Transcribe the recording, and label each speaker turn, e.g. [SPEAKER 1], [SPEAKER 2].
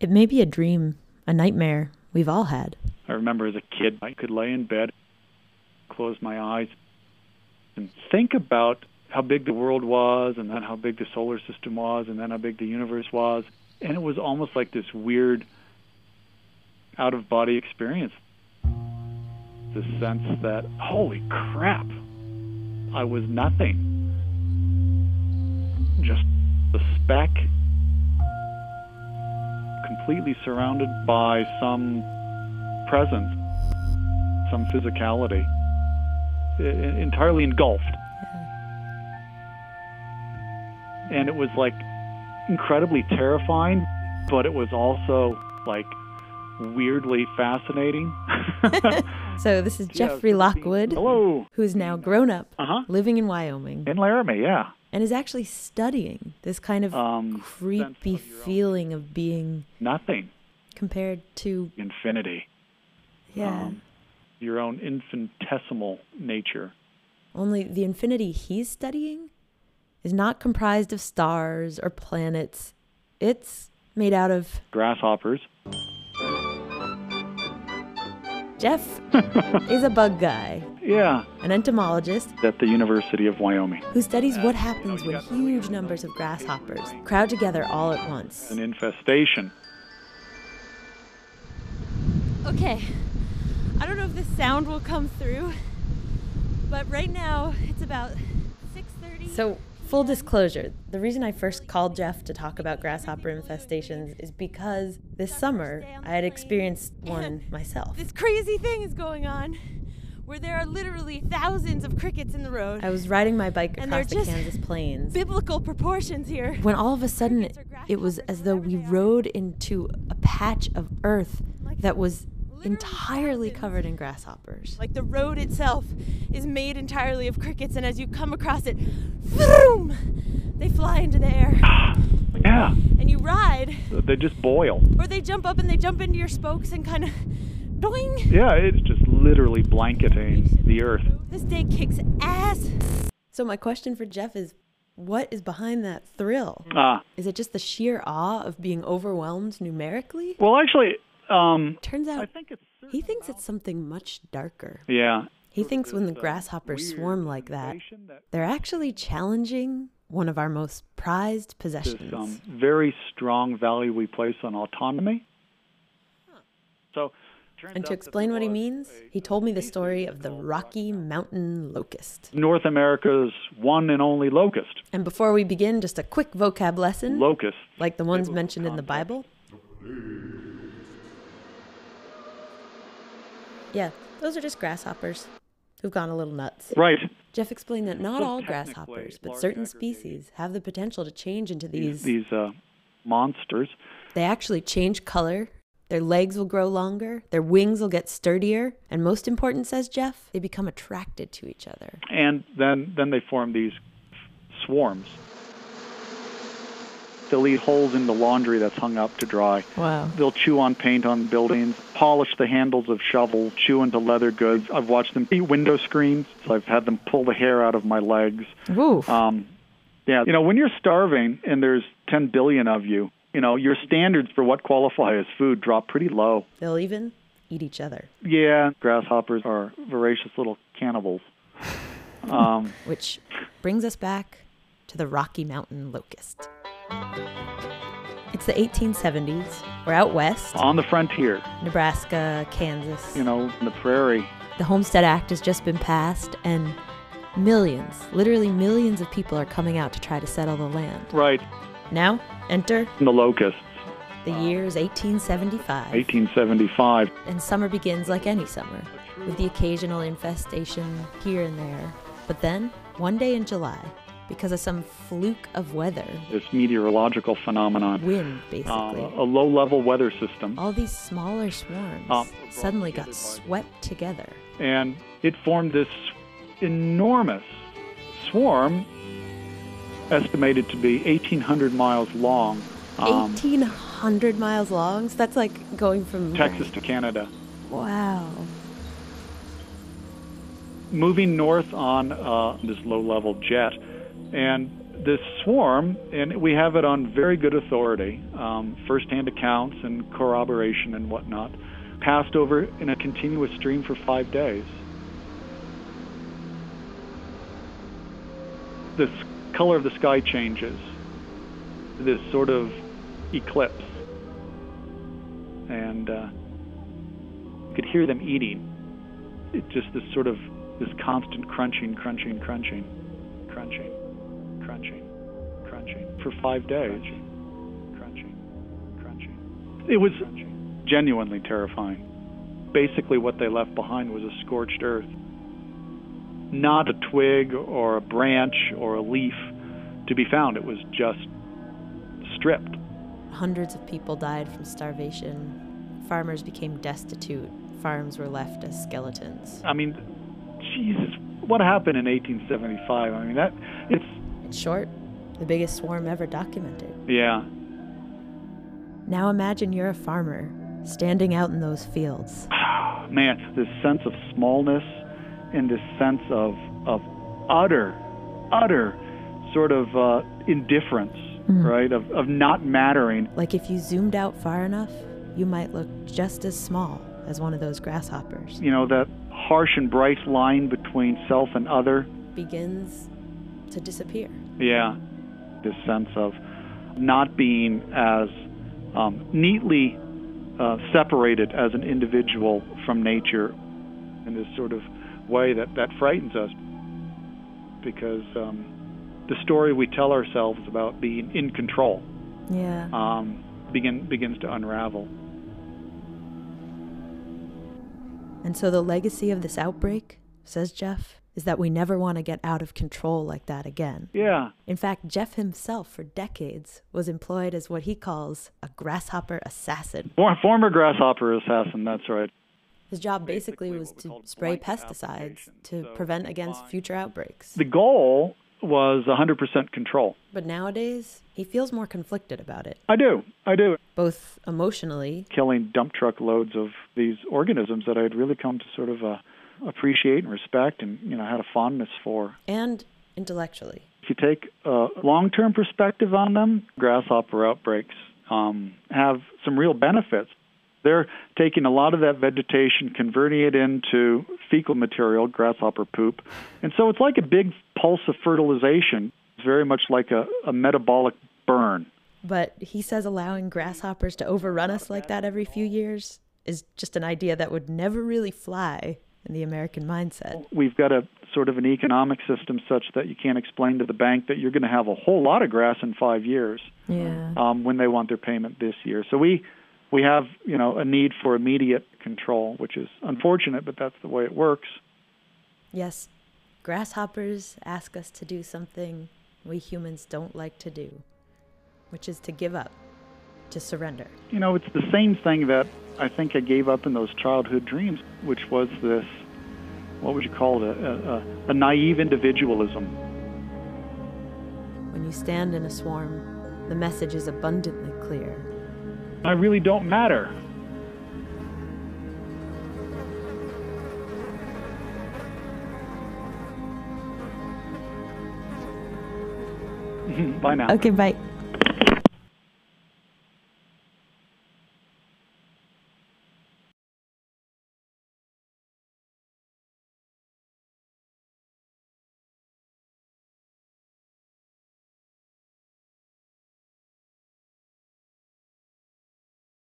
[SPEAKER 1] It may be a dream, a nightmare we've all had.
[SPEAKER 2] I remember as a kid, I could lay in bed, close my eyes, and think about how big the world was, and then how big the solar system was, and then how big the universe was. And it was almost like this weird out of body experience. The sense that, holy crap, I was nothing. Just a speck, completely surrounded by some presence, some physicality, e- entirely engulfed. And it was like incredibly terrifying, but it was also like weirdly fascinating.
[SPEAKER 1] So this is Jeffrey Lockwood,
[SPEAKER 2] Hello.
[SPEAKER 1] who's now grown up,
[SPEAKER 2] Uh-huh.
[SPEAKER 1] living in Wyoming,
[SPEAKER 2] In Laramie, yeah.
[SPEAKER 1] and is actually studying this kind of
[SPEAKER 2] Um,
[SPEAKER 1] creepy
[SPEAKER 2] sense of your own-
[SPEAKER 1] feeling of being
[SPEAKER 2] Nothing.
[SPEAKER 1] compared to
[SPEAKER 2] Infinity.
[SPEAKER 1] yeah.
[SPEAKER 2] Um, your own infinitesimal nature.
[SPEAKER 1] Only the infinity he's studying is not comprised of stars or planets. It's made out of
[SPEAKER 2] Grasshoppers.
[SPEAKER 1] Jeff is a bug guy,
[SPEAKER 2] Yeah.
[SPEAKER 1] an entomologist
[SPEAKER 2] At the University of Wyoming.
[SPEAKER 1] who studies what
[SPEAKER 2] Uh, you know,
[SPEAKER 1] happens
[SPEAKER 2] you
[SPEAKER 1] when
[SPEAKER 2] got really
[SPEAKER 1] huge numbers of grasshoppers crowd together all at once.
[SPEAKER 2] An infestation.
[SPEAKER 3] Okay. I don't know if the sound will come through, but right now it's about 6:30.
[SPEAKER 1] So, full disclosure, the reason I first called Jeff to talk about grasshopper infestations is because this summer I had experienced one myself.
[SPEAKER 3] this crazy thing is going on where there are literally thousands of crickets in the road.
[SPEAKER 1] I was riding my bike
[SPEAKER 3] And they're
[SPEAKER 1] across the
[SPEAKER 3] just
[SPEAKER 1] Kansas plains
[SPEAKER 3] Biblical proportions here.
[SPEAKER 1] when all of a sudden
[SPEAKER 3] Crickets or
[SPEAKER 1] it was
[SPEAKER 3] grasshoppers,
[SPEAKER 1] as though we
[SPEAKER 3] whatever they are.
[SPEAKER 1] rode into a patch of earth that was
[SPEAKER 3] Literally
[SPEAKER 1] entirely
[SPEAKER 3] thousands.
[SPEAKER 1] covered in grasshoppers.
[SPEAKER 3] Like the road itself is made entirely of crickets and as you come across it, vroom, they fly into the air
[SPEAKER 2] Yeah.
[SPEAKER 3] and you ride
[SPEAKER 2] They just boil.
[SPEAKER 3] or they jump up and they jump into your spokes and kind of doing
[SPEAKER 2] Yeah, it's just literally blanketing the earth.
[SPEAKER 3] This day kicks ass.
[SPEAKER 1] So, my question for Jeff is what is behind that thrill?
[SPEAKER 2] Ah.
[SPEAKER 1] Is it just the sheer awe of being overwhelmed numerically?
[SPEAKER 2] Well, actually, um,
[SPEAKER 1] Turns
[SPEAKER 2] I
[SPEAKER 1] out
[SPEAKER 2] think it's.
[SPEAKER 1] he thinks it's something much darker.
[SPEAKER 2] Yeah.
[SPEAKER 1] He thinks when the
[SPEAKER 2] This, uh,
[SPEAKER 1] grasshoppers
[SPEAKER 2] weird
[SPEAKER 1] swarm like that,
[SPEAKER 2] sensation that
[SPEAKER 1] they're actually challenging one of our most prized
[SPEAKER 2] this
[SPEAKER 1] possessions.
[SPEAKER 2] um, very strong value we place on autonomy. So, turns
[SPEAKER 1] and
[SPEAKER 2] out
[SPEAKER 1] to
[SPEAKER 2] that
[SPEAKER 1] explain
[SPEAKER 2] there
[SPEAKER 1] what he
[SPEAKER 2] was
[SPEAKER 1] means,
[SPEAKER 2] a-
[SPEAKER 1] he
[SPEAKER 2] a
[SPEAKER 1] told me the
[SPEAKER 2] species
[SPEAKER 1] story of the
[SPEAKER 2] called
[SPEAKER 1] Rocky Mountain locust.
[SPEAKER 2] North America's one and only locust.
[SPEAKER 1] And before we begin, just a quick vocab lesson,
[SPEAKER 2] Locust.
[SPEAKER 1] like the ones mentioned in the Bible. Yeah, those are just grasshoppers who've gone a little nuts.
[SPEAKER 2] Right.
[SPEAKER 1] Jeff explained that not
[SPEAKER 2] So
[SPEAKER 1] all
[SPEAKER 2] technically,
[SPEAKER 1] grasshoppers, but
[SPEAKER 2] large
[SPEAKER 1] certain
[SPEAKER 2] aggregated-
[SPEAKER 1] species have the potential to change into
[SPEAKER 2] These,
[SPEAKER 1] these
[SPEAKER 2] these uh, monsters.
[SPEAKER 1] They actually change color. Their legs will grow longer, their wings will get sturdier, and most important, says Jeff, they become attracted to each other.
[SPEAKER 2] And then, then they form these swarms. They'll eat holes in the laundry that's hung up to dry.
[SPEAKER 1] Wow.
[SPEAKER 2] They'll chew on paint on buildings, polish the handles of shovels, chew into leather goods. I've watched them eat window screens. So I've had them pull the hair out of my legs.
[SPEAKER 1] Ooh.
[SPEAKER 2] Um, yeah, you know, when you're starving and there's 10 billion of you, you know, your standards for what qualify as food drop pretty low.
[SPEAKER 1] They'll even eat each other,
[SPEAKER 2] Yeah, grasshoppers are voracious little cannibals. Um,
[SPEAKER 1] which brings us back to the Rocky Mountain locust. It's the 1870s. We're out west,
[SPEAKER 2] on the frontier,
[SPEAKER 1] Nebraska, Kansas.
[SPEAKER 2] you know, in the prairie,
[SPEAKER 1] The Homestead Act has just been passed, and millions, literally millions of people are coming out to try to settle the land.
[SPEAKER 2] right,
[SPEAKER 1] Now, enter
[SPEAKER 2] in the locusts,
[SPEAKER 1] The year is 1875,
[SPEAKER 2] 1875.
[SPEAKER 1] and summer begins like any summer, with the occasional infestation here and there. But then, one day in July, because of some fluke of weather,
[SPEAKER 2] This meteorological phenomenon,
[SPEAKER 1] wind
[SPEAKER 2] uh,
[SPEAKER 1] basically,
[SPEAKER 2] a low level weather system.
[SPEAKER 1] all these smaller swarms
[SPEAKER 2] Um,
[SPEAKER 1] suddenly got
[SPEAKER 2] together by-
[SPEAKER 1] swept together.
[SPEAKER 2] and it formed this enormous swarm, estimated to be 1,800 miles long, um,
[SPEAKER 1] 1,800 miles long? So that's like going from
[SPEAKER 2] Texas to Canada,
[SPEAKER 1] Wow.
[SPEAKER 2] moving north on uh, this low level jet. And this swarm, and we have it on very good authority, um, firsthand accounts and corroboration and whatnot, passed over in a continuous stream for five days. The color of the sky changes, this sort of eclipse. And uh, you could hear them eating. It just this sort of this constant crunching, crunching, crunching, crunching crunching, crunching for five days. Crunching, crunching, crunching. It was crunching. genuinely terrifying. Basically, what they left behind was a scorched earth. Not a twig or a branch or a leaf to be found. It was just stripped.
[SPEAKER 1] Hundreds of people died from starvation. Farmers became destitute. Farms were left as skeletons.
[SPEAKER 2] I mean, Jesus, what happened in 1875? I mean, that it's
[SPEAKER 1] in short, the biggest swarm ever documented.
[SPEAKER 2] Yeah.
[SPEAKER 1] Now imagine you're a farmer standing out in those fields.
[SPEAKER 2] Oh, man, this sense of smallness and this sense of, of utter, utter sort of uh, indifference, mm-hmm. right? Of, of not mattering.
[SPEAKER 1] Like if you zoomed out far enough, you might look just as small as one of those grasshoppers.
[SPEAKER 2] You know, that harsh and bright line between self and other
[SPEAKER 1] begins to disappear.
[SPEAKER 2] Yeah, this sense of not being as um, neatly uh, separated as an individual from nature in this sort of way that, that frightens us because um, the story we tell ourselves about being in control
[SPEAKER 1] yeah.
[SPEAKER 2] um, begin, begins to unravel.
[SPEAKER 1] And so the legacy of this outbreak, says Jeff, is that we never want to get out of control like that again.
[SPEAKER 2] Yeah.
[SPEAKER 1] In fact, Jeff himself, for decades, was employed as what he calls a grasshopper assassin.
[SPEAKER 2] For, former grasshopper assassin, that's right.
[SPEAKER 1] His job basically, basically was to spray pesticides to so prevent against blind. future outbreaks.
[SPEAKER 2] The goal was 100% control.
[SPEAKER 1] But nowadays, he feels more conflicted about it.
[SPEAKER 2] I do. I do.
[SPEAKER 1] Both emotionally,
[SPEAKER 2] killing dump truck loads of these organisms that I had really come to sort of a appreciate and respect and you know had a fondness for
[SPEAKER 1] and intellectually
[SPEAKER 2] if you take a long-term perspective on them grasshopper outbreaks um, have some real benefits they're taking a lot of that vegetation converting it into fecal material grasshopper poop and so it's like a big pulse of fertilization it's very much like a, a metabolic burn
[SPEAKER 1] but he says allowing grasshoppers to overrun us like that every few years is just an idea that would never really fly in the American mindset.
[SPEAKER 2] We've got a sort of an economic system such that you can't explain to the bank that you're going to have a whole lot of grass in five years
[SPEAKER 1] yeah.
[SPEAKER 2] um, when they want their payment this year. So we we have you know a need for immediate control, which is unfortunate, but that's the way it works.
[SPEAKER 1] Yes, grasshoppers ask us to do something we humans don't like to do, which is to give up, to surrender.
[SPEAKER 2] You know, it's the same thing that I think I gave up in those childhood dreams, which was this what would you call it a, a, a, naive individualism.
[SPEAKER 1] When you stand in a swarm, the message is abundantly clear
[SPEAKER 2] I really don't matter. bye now.
[SPEAKER 1] Okay, bye.